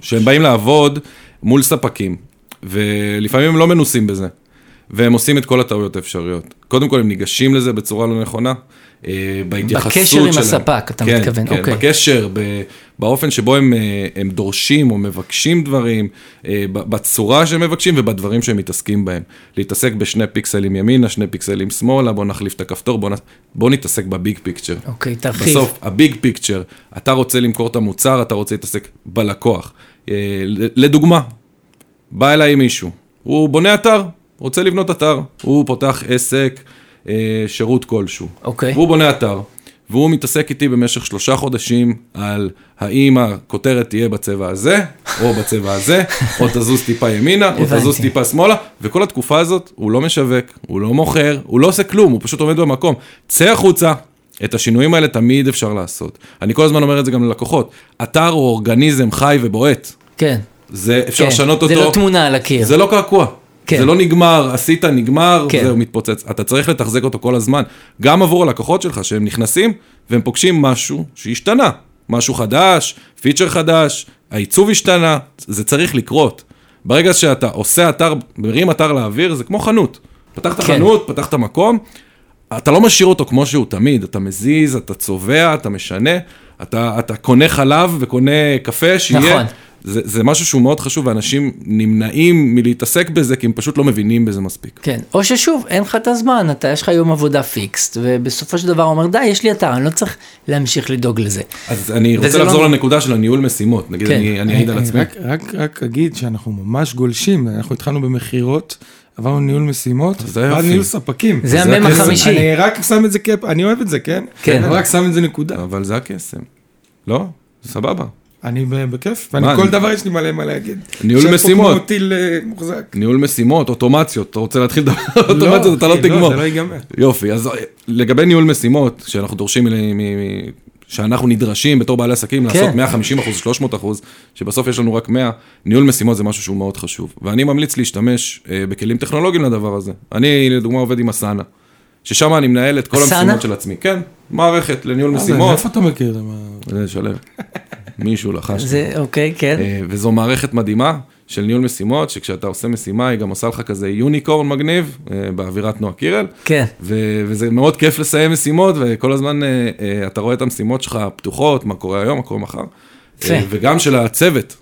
Speaker 4: שהם באים לעבוד מול ספקים, ולפעמים הם לא מנוסים בזה, והם עושים את כל הטעויות האפשריות. קודם כל, הם ניגשים לזה בצורה לא נכונה, אה, בהתייחסות
Speaker 1: בקשר
Speaker 4: שלהם.
Speaker 1: עם הספק, אתה
Speaker 4: כן,
Speaker 1: מתכוון,
Speaker 4: כן,
Speaker 1: אוקיי.
Speaker 4: בקשר, ב- באופן שבו הם, אה, הם דורשים או מבקשים דברים, אה, ב- בצורה שהם מבקשים ובדברים שהם מתעסקים בהם. להתעסק בשני פיקסלים ימינה, שני פיקסלים שמאלה, בוא נחליף את הכפתור, בוא, נ... בוא נתעסק בביג פיקצ'ר.
Speaker 1: אוקיי, תרחיב.
Speaker 4: בסוף, הביג פיקצ'ר, אתה רוצה למכור את המוצר, אתה רוצה להתעסק בלקוח. אה, ל- לדוגמה, בא אליי מישהו, הוא בונה אתר, רוצה לבנות אתר, הוא פותח עסק, אה, שירות כלשהו.
Speaker 1: אוקיי.
Speaker 4: והוא בונה אתר, והוא מתעסק איתי במשך שלושה חודשים על האם הכותרת תהיה בצבע הזה, או בצבע הזה, או תזוז טיפה ימינה, או
Speaker 1: הבנתי.
Speaker 4: תזוז טיפה שמאלה, וכל התקופה הזאת הוא לא משווק, הוא לא מוכר, הוא לא עושה כלום, הוא פשוט עומד במקום. צא החוצה. את השינויים האלה תמיד אפשר לעשות. אני כל הזמן אומר את זה גם ללקוחות. אתר הוא אורגניזם חי ובועט.
Speaker 1: כן.
Speaker 4: זה אפשר
Speaker 1: כן.
Speaker 4: לשנות אותו.
Speaker 1: זה לא תמונה על הקיר.
Speaker 4: זה לא קעקוע.
Speaker 1: כן.
Speaker 4: כן. זה לא נגמר, עשית, נגמר,
Speaker 1: כן.
Speaker 4: כן. זהו, מתפוצץ. אתה צריך לתחזק אותו כל הזמן. גם עבור הלקוחות שלך, שהם נכנסים והם פוגשים משהו שהשתנה. משהו חדש, פיצ'ר חדש, העיצוב השתנה, זה צריך לקרות. ברגע שאתה עושה אתר, מרים אתר לאוויר, זה כמו חנות. פתחת
Speaker 1: כן.
Speaker 4: כן. חנות, פתחת מקום, אתה לא משאיר אותו כמו שהוא תמיד, אתה מזיז, אתה צובע, אתה משנה, אתה, אתה קונה חלב וקונה קפה, שיהיה...
Speaker 1: נכון.
Speaker 4: נכון. זה, זה משהו שהוא מאוד חשוב, ואנשים נמנעים מלהתעסק בזה, כי הם פשוט לא מבינים בזה מספיק.
Speaker 1: כן, או ששוב, אין לך את הזמן, אתה, יש לך יום עבודה פיקסט, ובסופו של דבר הוא אומר, די, יש לי אתר, אני לא צריך להמשיך לדאוג לזה.
Speaker 4: אז אני
Speaker 1: וזה
Speaker 4: רוצה
Speaker 1: לא
Speaker 4: לחזור
Speaker 1: נורא.
Speaker 4: לנקודה של הניהול משימות, נגיד,
Speaker 1: כן.
Speaker 4: אני אני אעיד על
Speaker 3: אני
Speaker 4: עצמי.
Speaker 3: רק, רק, רק אגיד שאנחנו ממש גולשים, אנחנו התחלנו במכירות, עברנו ניהול משימות,
Speaker 4: זה יופי.
Speaker 3: ואז ניהול ספקים.
Speaker 1: זה
Speaker 4: זה
Speaker 1: המם
Speaker 4: הקסם.
Speaker 1: החמישי.
Speaker 3: אני רק שם את זה כ... אני אוהב את זה, כן?
Speaker 1: כן.
Speaker 3: אני רק שם את זה נקודה.
Speaker 4: אבל זה הקסם. לא? זה סבבה.
Speaker 3: אני ב- בכיף, ואני
Speaker 4: מה,
Speaker 3: כל
Speaker 4: אני-
Speaker 3: דבר יש לי מלא מה להגיד.
Speaker 4: ניהול
Speaker 3: יושב פה
Speaker 4: משימות.
Speaker 3: כמו טיל אה, מוחזק.
Speaker 4: ניהול משימות, אוטומציות, אתה רוצה להתחיל לדבר על אוטומציות, אתה לא
Speaker 3: אחי,
Speaker 4: תגמור.
Speaker 3: זה לא ייגמר.
Speaker 4: יופי, אז אה, לגבי ניהול משימות, שאנחנו דורשים, מ- מ- מ- שאנחנו נדרשים בתור בעלי עסקים
Speaker 1: כן.
Speaker 4: לעשות 150 אחוז, 300 אחוז, שבסוף יש לנו רק 100, ניהול משימות זה משהו שהוא מאוד חשוב. ואני ממליץ להשתמש אה, בכלים טכנולוגיים לדבר הזה. אני לדוגמה עובד עם אסנה, ששם אני מנהל את כל
Speaker 1: אסנה? אה,
Speaker 4: המשימות של עצמי. כן, מערכת לניהול
Speaker 3: מה זה,
Speaker 4: משימות.
Speaker 3: מאיפה אתה מכיר? מה-
Speaker 4: זה שלו. מישהו לחש. לי.
Speaker 1: זה, אוקיי, כן.
Speaker 4: אה, וזו מערכת מדהימה של ניהול משימות, שכשאתה עושה משימה, היא גם עושה לך כזה יוניקורן מגניב, אה, באווירת נועה קירל.
Speaker 1: כן.
Speaker 4: ו- וזה מאוד כיף לסיים משימות, וכל הזמן אה, אה, אתה רואה את המשימות שלך פתוחות, מה קורה היום, מה קורה מחר.
Speaker 1: יפה.
Speaker 4: אה, וגם של הצוות.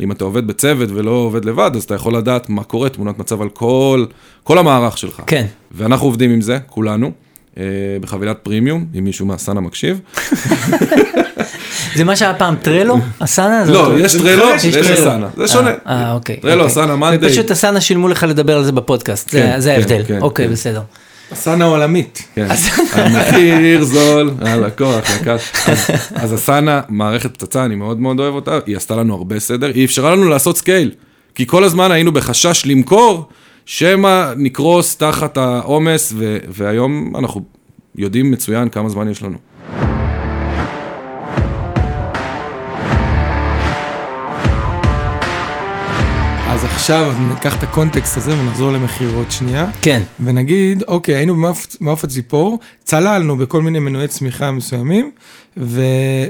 Speaker 4: אם אתה עובד בצוות ולא עובד לבד, אז אתה יכול לדעת מה קורה, תמונת מצב על כל, כל המערך שלך.
Speaker 1: כן.
Speaker 4: ואנחנו עובדים עם זה, כולנו, אה, בחבילת פרימיום, אם מישהו מהסאנה מקשיב.
Speaker 1: זה מה שהיה פעם טרלו? הסאנה? זה
Speaker 4: לא,
Speaker 1: אותו-
Speaker 4: יש טרלו,
Speaker 1: טרלו.
Speaker 4: יש אסנה. זה שונה.
Speaker 1: אה, אוקיי.
Speaker 4: טרלו,
Speaker 1: אוקיי.
Speaker 4: אסנה, מאנדיי.
Speaker 1: ופשוט הסאנה שילמו לך לדבר על זה בפודקאסט, זה-
Speaker 4: כן,
Speaker 1: זה
Speaker 4: כן,
Speaker 1: ההבדל.
Speaker 4: כן,
Speaker 1: אוקיי,
Speaker 4: כן.
Speaker 1: בסדר.
Speaker 3: אסנה עולמית.
Speaker 4: כן. המחיר זול, הלקוח יקר. אז- אז אסנה, מערכת פצצה, אני מאוד מאוד אוהב אותה, היא עשתה לנו הרבה סדר, היא אפשרה לנו לעשות סקייל, כי כל הזמן היינו בחשש למכור, שמא נקרוס תחת העומס, ו- והיום אנחנו יודעים מצוין כמה זמן יש לנו.
Speaker 3: אז עכשיו ניקח את הקונטקסט הזה ונחזור למכירות שנייה.
Speaker 1: כן.
Speaker 3: ונגיד, אוקיי, היינו במעוף- במעוף הציפור, צללנו בכל מיני מנועי צמיחה מסוימים, ו,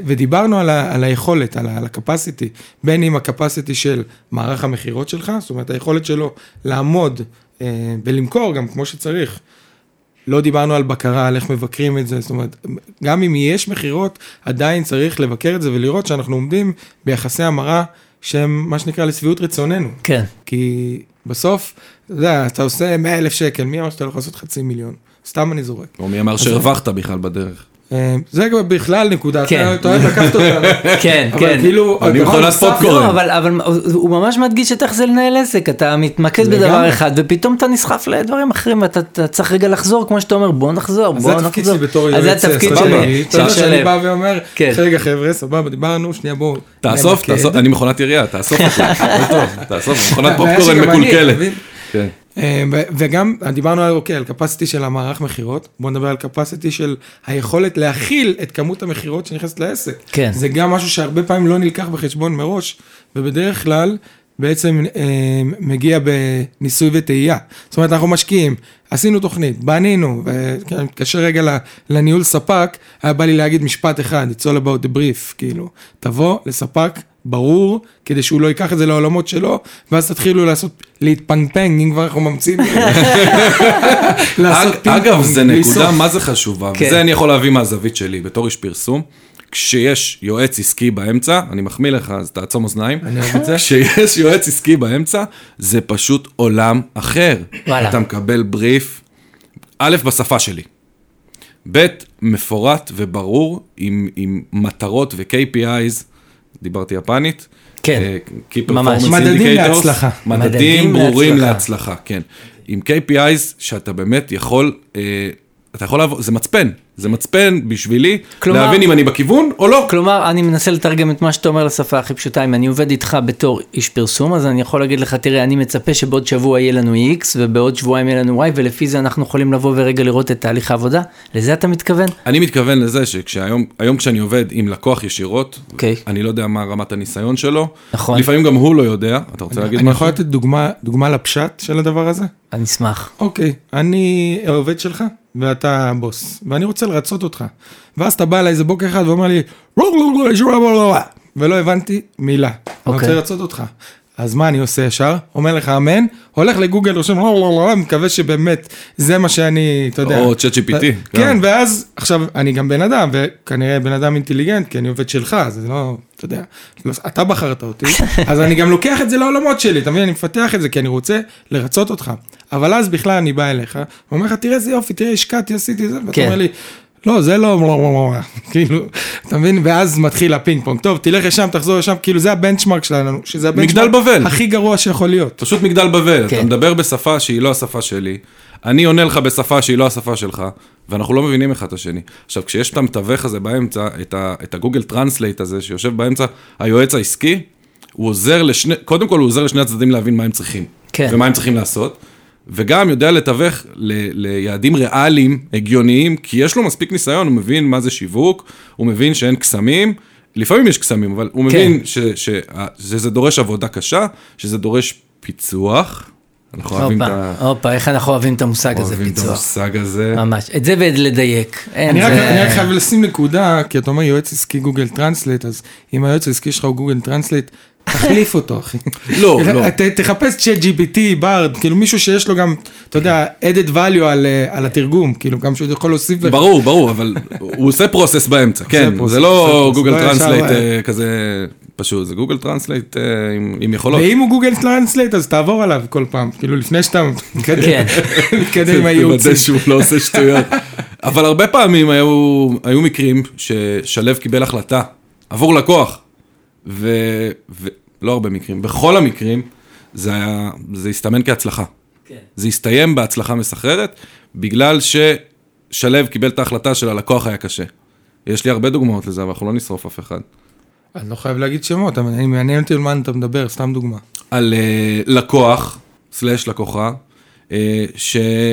Speaker 3: ודיברנו על, ה, על היכולת, על ה- על ה-capacity, בין אם ה-capacity של מערך המכירות שלך, זאת אומרת, היכולת שלו לעמוד אה, ולמכור גם כמו שצריך. לא דיברנו על בקרה, על איך מבקרים את זה, זאת אומרת, גם אם יש מכירות, עדיין צריך לבקר את זה ולראות שאנחנו עומדים ביחסי המרה שהם מה שנקרא לשביעות רצוננו.
Speaker 1: כן.
Speaker 3: כי בסוף, אתה יודע, אתה עושה 100 אלף שקל, מי אמר שאתה יכול לעשות חצי מיליון? סתם אני זורק.
Speaker 4: או מי אמר שהרווחת בכלל בדרך.
Speaker 3: אה, זה גם בכלל נקודה,
Speaker 1: כן.
Speaker 3: אתה אתה אוהב לקחת אותנו.
Speaker 1: כן, כן.
Speaker 3: אבל כאילו,
Speaker 4: אני
Speaker 3: הדבר
Speaker 4: מכונת
Speaker 3: הנוסף-
Speaker 4: פופקורן.
Speaker 1: לא, אבל, אבל הוא ממש מדגיש את איך זה לנהל עסק, אתה מתמקד
Speaker 3: לגמרי.
Speaker 1: בדבר אחד ופתאום אתה נסחף לדברים אחרים ואתה אתה צריך רגע לחזור, כמו שאתה אומר, בוא נחזור,
Speaker 3: אז זה
Speaker 1: בוא
Speaker 3: התפקיד
Speaker 1: נחזור.
Speaker 3: שלי בתור
Speaker 1: אז
Speaker 3: יועץ, אה,
Speaker 1: זה התפקיד
Speaker 3: סבבה.
Speaker 1: שלי,
Speaker 3: אתה יודע
Speaker 1: של
Speaker 3: שאני
Speaker 1: שלו.
Speaker 3: בא ואומר,
Speaker 1: כן.
Speaker 3: רגע חבר'ה, סבבה, דיברנו, שנייה בואו.
Speaker 4: תאסוף,
Speaker 3: נמקד."
Speaker 4: תאסוף, אני מכונת ירייה, תאסוף אותי, הכל טוב, תאסוף, מכונת
Speaker 3: הבעיה
Speaker 4: פופקורן
Speaker 3: שגם אני,
Speaker 4: מקולקלת.
Speaker 3: אתה מבין?
Speaker 4: כן.
Speaker 3: אה, ו- וגם דיברנו על, אוקיי, על capacity של המערך מכירות, בואו נדבר על capacity של היכולת להכיל את כמות המכירות שנכנסת לעסק.
Speaker 1: כן.
Speaker 3: זה גם משהו שהרבה פעמים לא נלקח בחשבון מראש, ובדרך כלל בעצם אה, מגיע בניסוי וטעייה. זאת אומרת, אנחנו משקיעים, עשינו תוכנית, בנינו, ו- כן, אני מתקשר רגע ל- לניהול ספק, היה בא לי להגיד משפט אחד, it's all about the brief, כאילו, תבוא לספק. ברור, כדי שהוא לא ייקח את זה לעולמות שלו, ואז תתחילו לעשות, להתפנפנג, אם כבר אנחנו ממציאים. לעשות
Speaker 4: אג-
Speaker 3: פינג
Speaker 4: אגב,
Speaker 3: פונג,
Speaker 4: זה
Speaker 3: בלי
Speaker 4: נקודה
Speaker 3: סוף.
Speaker 4: מה זה חשובה,
Speaker 1: כן.
Speaker 4: וזה אני יכול להביא מהזווית שלי, בתור איש פרסום, כשיש יועץ עסקי באמצע, אני מחמיא לך, אז תעצום אוזניים,
Speaker 3: אני אוהב את זה.
Speaker 4: כשיש יועץ עסקי באמצע, זה פשוט עולם אחר.
Speaker 1: וואלה.
Speaker 4: אתה מקבל בריף, א', בשפה שלי, ב', מפורט וברור, עם, עם מטרות ו-KPIs, דיברתי יפנית.
Speaker 1: כן.
Speaker 4: אה, Key
Speaker 1: ממש.
Speaker 4: Performance
Speaker 3: מדדים
Speaker 4: Indicators.
Speaker 3: להצלחה.
Speaker 4: מדדים
Speaker 1: מדדים
Speaker 4: ברורים
Speaker 1: להצלחה.
Speaker 4: להצלחה, כן. עם KPIs שאתה באמת יכול, אה, אתה יכול לעבור, זה מצפן, זה מצפן בשבילי,
Speaker 1: כלומר-
Speaker 4: להבין אם אני בכיוון או לא.
Speaker 1: כלומר, אני מנסה לתרגם את מה שאתה אומר לשפה הכי פשוטה, אם אני עובד איתך בתור איש פרסום, אז אני יכול להגיד לך, תראה, אני מצפה שבעוד שבוע יהיה לנו X, ובעוד שבועיים יהיה לנו Y, ולפי זה אנחנו יכולים לבוא ורגע לראות את תהליך העבודה? לזה אתה מתכוון?
Speaker 4: אני מתכוון לזה שכשהיום, היום כשאני עובד עם לקוח ישירות,
Speaker 1: אוקיי.
Speaker 4: אני לא יודע מה רמת הניסיון שלו,
Speaker 1: נכון.
Speaker 4: לפעמים גם הוא לא יודע, אתה רוצה להגיד
Speaker 3: אני
Speaker 4: משהו?
Speaker 3: יכול לתת דוגמה, דוגמה לפשט של הדבר הזה?
Speaker 1: אני אשמח.
Speaker 3: אוקיי, אני העובד שלך ואתה הבוס, ואני רוצה לרצות אותך. ואז אתה בא אליי איזה בוקר אחד ואומר לי, "לא, לא, לא, לא, לא, לא", ולא הבנתי מילה. אני רוצה לרצות אותך. אז מה אני עושה ישר? אומר לך אמן, הולך לגוגל, רושם, "לא, לא, לא", מקווה שבאמת זה מה שאני, אתה יודע.
Speaker 4: או ChatGPT,
Speaker 3: כן,
Speaker 4: גם.
Speaker 3: ואז, עכשיו, אני גם בן אדם, וכנראה בן אדם אינטליגנט, כי אני עובד שלך, אז זה לא, אתה יודע, לא, אתה בחרת אותי, אז אני גם לוקח את זה לעולמות שלי, אתה מבין? אני מפתח את זה, כי אני רוצה לרצות אותך. אבל אז בכלל אני בא אליך, ואומר לך, תראה איזה יופי, תראה, השקעתי, עשיתי זה, ואתה
Speaker 1: כן.
Speaker 3: אומר לי, לא, זה לא, לא, לא, לא", כאילו, אתה מבין? ואז מתחיל הפינג פונג, טוב, תלך לשם, תחזור לשם, כאילו זה הבנצ'מרק שלנו, שזה
Speaker 4: מגדל
Speaker 3: הבנצ'מרק
Speaker 4: בבל.
Speaker 3: הכי גרוע שיכול להיות.
Speaker 4: פשוט מגדל בבל, אתה
Speaker 1: כן.
Speaker 4: מדבר בשפה שהיא לא השפה שלי, אני עונה לך בשפה שהיא לא השפה שלך, ואנחנו לא מבינים אחד את השני. עכשיו, כשיש את המתווך הזה באמצע, את, ה, את הגוגל טרנסלייט הזה שיושב באמצע, היועץ העסקי, הוא עוזר לשני, קודם כל הוא עוזר לשני הצדדים להבין מה הם צריכים,
Speaker 1: כן.
Speaker 4: ומה הם צריכים לעשות, וגם יודע לתווך ל, ליעדים ריאליים, הגיוניים, כי יש לו מספיק ניסיון, הוא מבין מה זה שיווק, הוא מבין שאין קסמים. לפעמים יש קסמים, אבל הוא
Speaker 1: כן.
Speaker 4: מבין ש, ש, שזה דורש עבודה קשה, שזה דורש פיצוח. אנחנו אוהבים את
Speaker 1: הופה,
Speaker 4: ה-
Speaker 1: הופה, איך אנחנו אוהבים את המושג הזה,
Speaker 4: אוהבים את
Speaker 1: פיצוח.
Speaker 4: המושג הזה.
Speaker 1: ממש, את זה ולדייק. אין,
Speaker 3: אני רק
Speaker 1: זה-
Speaker 3: אני רק חייב לשים נקודה, כי אתה אומר יועץ עסקי גוגל טרנסלייט, אז אם היועץ העסקי שלך הוא גוגל טרנסלייט, תחליף אותו אחי.
Speaker 4: לא, לא.
Speaker 3: ת- תחפש צ'אט GPT, ברד, כאילו מישהו שיש לו גם, אתה יודע, added value על, אה, על התרגום, כאילו גם שהוא יכול להוסיף לך.
Speaker 4: ברור, ברור, אבל הוא עושה פרוסס באמצע, כן.
Speaker 3: פרוסס,
Speaker 4: זה לא
Speaker 3: עושה
Speaker 4: גוגל
Speaker 3: פרוסס, לא
Speaker 4: טרנסלייט
Speaker 3: ישר,
Speaker 4: אה, כזה פשוט, זה גוגל טרנסלייט אה, עם, עם יכולות.
Speaker 3: ואם הוא גוגל טרנסלייט, אז תעבור עליו כל פעם, כאילו לפני שאתה מתקדם
Speaker 1: כן.
Speaker 3: מתקדם עם הייעוץ.
Speaker 4: תוודא שהוא לא עושה שטויות. אבל הרבה פעמים היו, היו מקרים ששלו קיבל החלטה עבור לקוח, ולא ו... לא הרבה מקרים, בכל המקרים זה, היה, זה הסתמן כהצלחה.
Speaker 1: כן.
Speaker 4: זה הסתיים בהצלחה מסחררת, בגלל ששלו קיבל את ההחלטה של הלקוח היה קשה. יש לי הרבה דוגמאות לזה, אבל אנחנו לא נשרוף אף אחד.
Speaker 3: אני לא חייב להגיד שמות, אבל אני- מעניין אותי על מה אתה מדבר, סתם דוגמה.
Speaker 4: על אה, לקוח, סלש לקוחה, אה,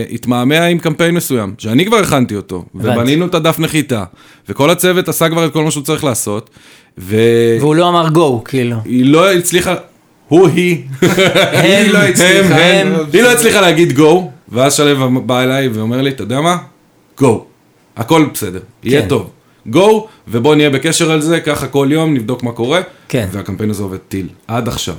Speaker 4: שהתמהמה עם קמפיין מסוים, שאני כבר הכנתי אותו,
Speaker 1: הבנתי.
Speaker 4: ובנינו את הדף נחיתה, וכל הצוות עשה כבר את כל מה שהוא צריך לעשות, ו...
Speaker 1: והוא לא אמר גו, כאילו.
Speaker 4: היא לא הצליחה, הוא, היא,
Speaker 1: הם,
Speaker 3: לא
Speaker 4: הם,
Speaker 3: הצליחה,
Speaker 4: הם,
Speaker 3: הם.
Speaker 4: היא לא הצליחה להגיד גו, ואז שלו בא אליי ואומר לי, אתה יודע מה? גו. הכל בסדר, יהיה
Speaker 1: כן.
Speaker 4: טוב. גו, ובוא נהיה בקשר על זה, ככה כל יום נבדוק מה קורה,
Speaker 1: כן.
Speaker 4: והקמפיין הזה עובד טיל, עד עכשיו.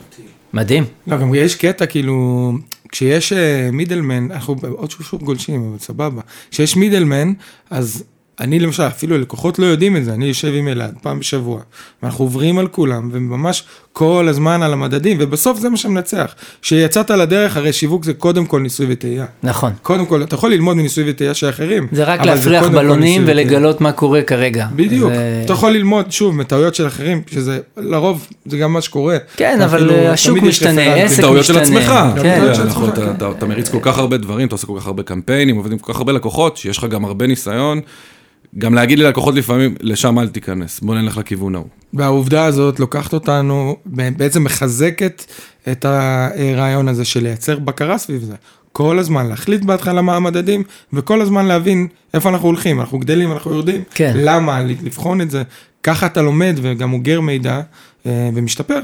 Speaker 1: מדהים.
Speaker 3: לא, גם יש קטע כאילו, כשיש אה, מידלמן, אנחנו עוד שוב שוב גולשים, אבל סבבה. כשיש מידלמן, אז אני למשל, אפילו הלקוחות לא יודעים את זה, אני יושב עם אלעד פעם בשבוע, ואנחנו עוברים על כולם, וממש כל הזמן על המדדים, ובסוף זה מה שמנצח. כשיצאת לדרך, הרי שיווק זה קודם כל ניסוי וטעייה.
Speaker 1: נכון.
Speaker 3: קודם כל, אתה יכול ללמוד מניסוי וטעייה של אחרים.
Speaker 1: זה רק
Speaker 3: אבל
Speaker 1: להפריח
Speaker 3: קודם כל
Speaker 1: בלונים
Speaker 3: ניסוי וטעייה.
Speaker 1: ולגלות מה קורה כרגע.
Speaker 3: בדיוק,
Speaker 1: זה-
Speaker 3: אתה יכול ללמוד שוב מטעויות של אחרים, שזה לרוב, זה גם מה שקורה.
Speaker 1: כן, אבל
Speaker 3: אפילו
Speaker 1: אה, השוק
Speaker 3: תמיד יש
Speaker 1: משתנה,
Speaker 3: רפרנטים.
Speaker 1: עסק
Speaker 4: טעויות של
Speaker 1: משתנה.
Speaker 4: עצמך.
Speaker 1: כן.
Speaker 4: אתה יודע,
Speaker 3: של
Speaker 4: אנחנו-
Speaker 3: עצמך,
Speaker 4: אתה-
Speaker 3: כן.
Speaker 4: אתה- אתה מריץ כל כך הרבה דברים, אתה עושה כל כך הרבה קמפיינים, עובד עם כל כך הרבה לקוחות, שיש לך גם הרבה ניסיון. גם להגיד ללקוחות לפעמים, לשם אל תיכנס, בוא נלך לכיוון ההוא.
Speaker 3: והעובדה הזאת לוקחת אותנו, בעצם מחזקת את הרעיון הזה של לייצר בקרה סביב זה. כל הזמן להחליט בהתחלה מה המדדים, וכל הזמן להבין איפה אנחנו הולכים, אנחנו גדלים, אנחנו יורדים,
Speaker 1: כן.
Speaker 3: למה, לבחון את זה, ככה אתה לומד וגם אוגר מידע אה, ומשתפר.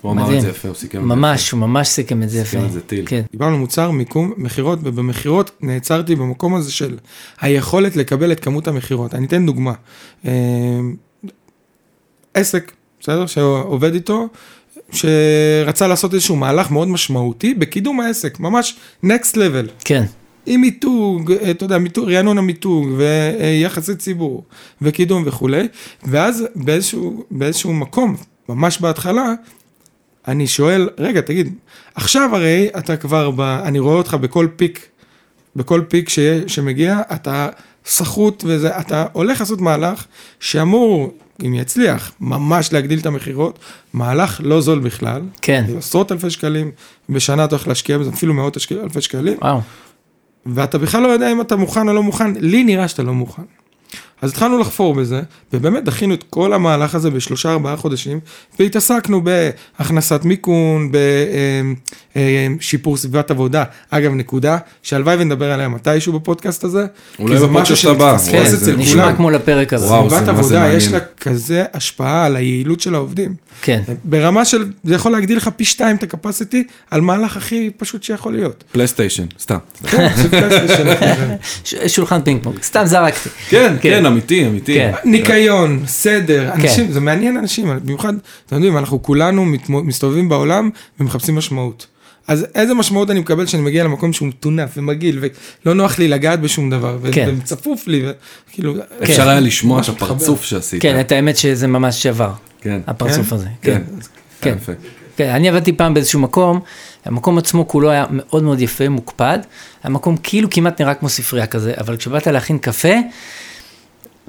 Speaker 4: הוא אמר
Speaker 1: מדהים.
Speaker 4: את זה יפה, הוא סיכם את זה.
Speaker 1: ממש, הוא ממש סיכם את זה יפה.
Speaker 4: סיכם את זה טיל.
Speaker 1: כן.
Speaker 3: דיברנו מוצר, מיקום, מכירות, ובמכירות נעצרתי במקום הזה של היכולת לקבל את כמות המכירות. אני אתן דוגמה. אה, עסק, בסדר? שעובד איתו, שרצה לעשות איזשהו מהלך מאוד משמעותי בקידום העסק, ממש next level.
Speaker 1: כן,
Speaker 3: עם מיתוג, אה, אתה יודע, מיתוג, רענון המיתוג, ויחסי ציבור, וקידום וכולי, ואז באיזשהו, באיזשהו מקום, ממש בהתחלה, אני שואל, רגע, תגיד, עכשיו הרי אתה כבר, ב, אני רואה אותך בכל פיק, בכל פיק ש, שמגיע, אתה סחוט וזה, אתה הולך לעשות מהלך שאמור, אם יצליח, ממש להגדיל את המכירות, מהלך לא זול בכלל,
Speaker 1: כן.
Speaker 3: עשרות אלפי שקלים, בשנה אתה הולך להשקיע בזה אפילו מאות השק- אלפי שקלים,
Speaker 1: וואו.
Speaker 3: ואתה בכלל לא יודע אם אתה מוכן או לא מוכן, לי נראה שאתה לא מוכן. אז התחלנו לחפור בזה, ובאמת דחינו את כל המהלך הזה בשלושה ארבעה חודשים, והתעסקנו בהכנסת מיכון, בשיפור אמ, סביבת עבודה. אגב, נקודה שהלוואי ונדבר עליה מתישהו בפודקאסט הזה,
Speaker 4: אולי בפודקאסט הבא.
Speaker 1: כן,
Speaker 4: וואי,
Speaker 3: שמתפספס
Speaker 4: זה
Speaker 3: אצל
Speaker 1: נשמע
Speaker 3: כולם.
Speaker 1: כמו לפרק הזה.
Speaker 4: וואו, זה-
Speaker 3: סביבת
Speaker 4: מה זה
Speaker 3: עבודה יש לה
Speaker 4: מעניין.
Speaker 3: כזה השפעה על היעילות של העובדים.
Speaker 1: כן,
Speaker 3: ברמה של, זה יכול להגדיל לך פי שתיים את הקפסיטי על מהלך הכי פשוט שיכול להיות.
Speaker 4: פלייסטיישן, סתם.
Speaker 3: כן, זה פלסטר שלכם.
Speaker 1: ש- שולחן פינג פונג, סתם זרקתי.
Speaker 4: כן, כן, אמיתי, אמיתי.
Speaker 1: כן.
Speaker 3: ניקיון, סדר, אנשים, זה מעניין אנשים, במיוחד, אתם יודעים, אנחנו כולנו מתמו- מסתובבים בעולם ומחפשים משמעות. אז איזה משמעות אני מקבל כשאני מגיע למקום שהוא מטונף ומגעיל ולא נוח לי לגעת בשום דבר, ו- כאילו,
Speaker 1: כן.
Speaker 3: וצפוף לי, וכאילו,
Speaker 4: אפשר היה לשמוע את
Speaker 3: ממש מתחבר.
Speaker 4: הפרצוף שעשית.
Speaker 1: כן, את האמת שזה ממש שבר,
Speaker 4: כן.
Speaker 1: הפרצוף הזה.
Speaker 4: כן.
Speaker 1: כן.
Speaker 4: כן.
Speaker 1: כן.
Speaker 4: יפה.
Speaker 1: כן, אני עבדתי פעם באיזשהו מקום, המקום עצמו כולו היה מאוד מאוד יפה, מוקפד. המקום כאילו כמעט נראה כמו ספרייה כזה, אבל כשבאת להכין קפה,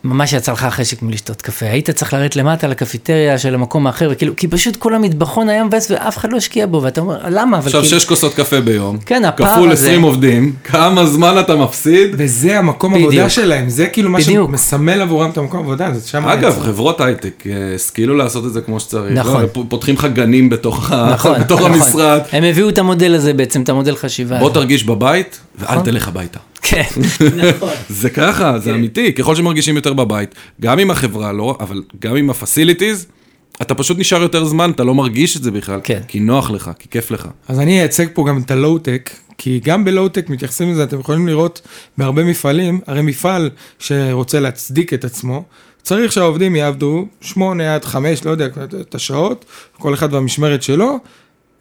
Speaker 1: ממש יצא לך החשק מלשתות קפה. היית צריך לרדת למטה לקפיטריה של המקום האחר, וכאילו, כי פשוט כל המטבחון היה מבאס ואף אחד לא השקיע בו, ואתה אומר, למה? אבל
Speaker 4: עכשיו
Speaker 1: כאילו,
Speaker 4: שש כוסות קפה ביום,
Speaker 1: כן, הפער
Speaker 4: כפול
Speaker 1: הזה.
Speaker 4: 20 עובדים, כמה זמן אתה מפסיד?
Speaker 3: וזה המקום עבודה
Speaker 1: בדיוק.
Speaker 3: שלהם, זה כאילו מה
Speaker 1: בדיוק.
Speaker 3: שמסמל עבורם את המקום עבודה, זה שם...
Speaker 4: אגב, חברות הייטק אה, השכילו לעשות את זה כמו שצריך.
Speaker 1: נכון.
Speaker 4: לא, פ- פותחים לך גנים בתוך ה-
Speaker 1: נכון,
Speaker 4: בתוך
Speaker 1: נכון.
Speaker 4: המשרד.
Speaker 1: הם הביאו את המודל הזה בעצם, את המודל חשיבה.
Speaker 4: בוא
Speaker 1: הזה.
Speaker 4: תרגיש בבית, ואל
Speaker 1: נכון.
Speaker 4: תלך הביתה.
Speaker 1: כן,
Speaker 4: זה ככה, זה אמיתי. ככל שמרגישים יותר בבית, גם עם החברה, לא, אבל גם עם הפסיליטיז, אתה פשוט נשאר יותר זמן, אתה לא מרגיש את זה בכלל.
Speaker 1: כן.
Speaker 4: כי נוח לך, כי כיף לך.
Speaker 3: אז אני אייצג פה גם את הלואו-טק, כי גם בלואו-טק מתייחסים לזה, אתם יכולים לראות בהרבה מפעלים, הרי מפעל שרוצה להצדיק את עצמו, צריך שהעובדים יעבדו 8 עד 5, לא יודע, את השעות, כל אחד והמשמרת שלו,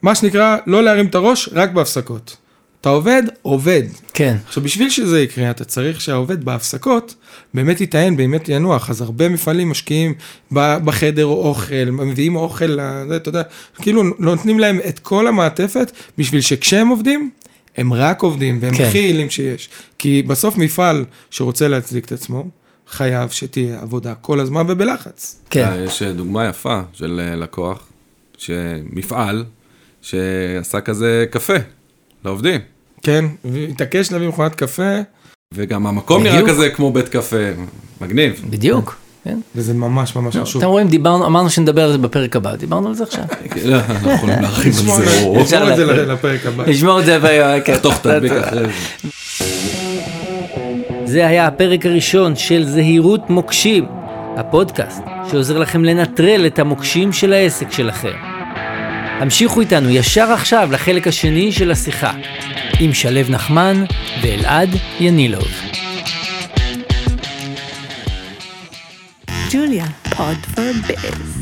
Speaker 3: מה שנקרא, לא להרים את הראש, רק בהפסקות. אתה עובד, עובד.
Speaker 1: כן.
Speaker 3: עכשיו, בשביל שזה יקרה, אתה צריך שהעובד בהפסקות באמת יטען, באמת ינוח. אז הרבה מפעלים משקיעים ב- בחדר אוכל, מביאים אוכל, ל- אתה יודע, כאילו נותנים להם את כל המעטפת בשביל שכשהם עובדים, הם רק עובדים, והם
Speaker 1: כן.
Speaker 3: הכי יעילים שיש. כי בסוף מפעל שרוצה להצדיק את עצמו, חייב שתהיה עבודה כל הזמן ובלחץ.
Speaker 1: כן.
Speaker 4: אה, יש אה, דוגמה יפה של אה, לקוח, שמפעל, שעשה כזה קפה לעובדים.
Speaker 3: כן, והתעקש להביא מכונת קפה,
Speaker 4: וגם המקום נראה
Speaker 1: בדיוק.
Speaker 4: כזה כמו בית קפה, מגניב.
Speaker 1: בדיוק. כן.
Speaker 3: וזה ממש ממש חשוב.
Speaker 1: אתם רואים, דיברנו, אמרנו שנדבר על זה בפרק הבא, דיברנו על זה עכשיו.
Speaker 4: לא, אנחנו יכולים להרחיב
Speaker 3: נשמור
Speaker 4: על זה, או
Speaker 3: נשמור את זה
Speaker 1: אפשר
Speaker 3: לפרק הבא.
Speaker 1: נשמור את זה ב... כן.
Speaker 4: תחתוך תדביק אחרי זה.
Speaker 1: זה היה הפרק הראשון של זהירות מוקשים, הפודקאסט שעוזר לכם לנטרל את המוקשים של העסק שלכם. המשיכו איתנו ישר עכשיו לחלק השני של השיחה, עם שלו נחמן ואלעד ינילוב.
Speaker 5: Julia, pod for biz.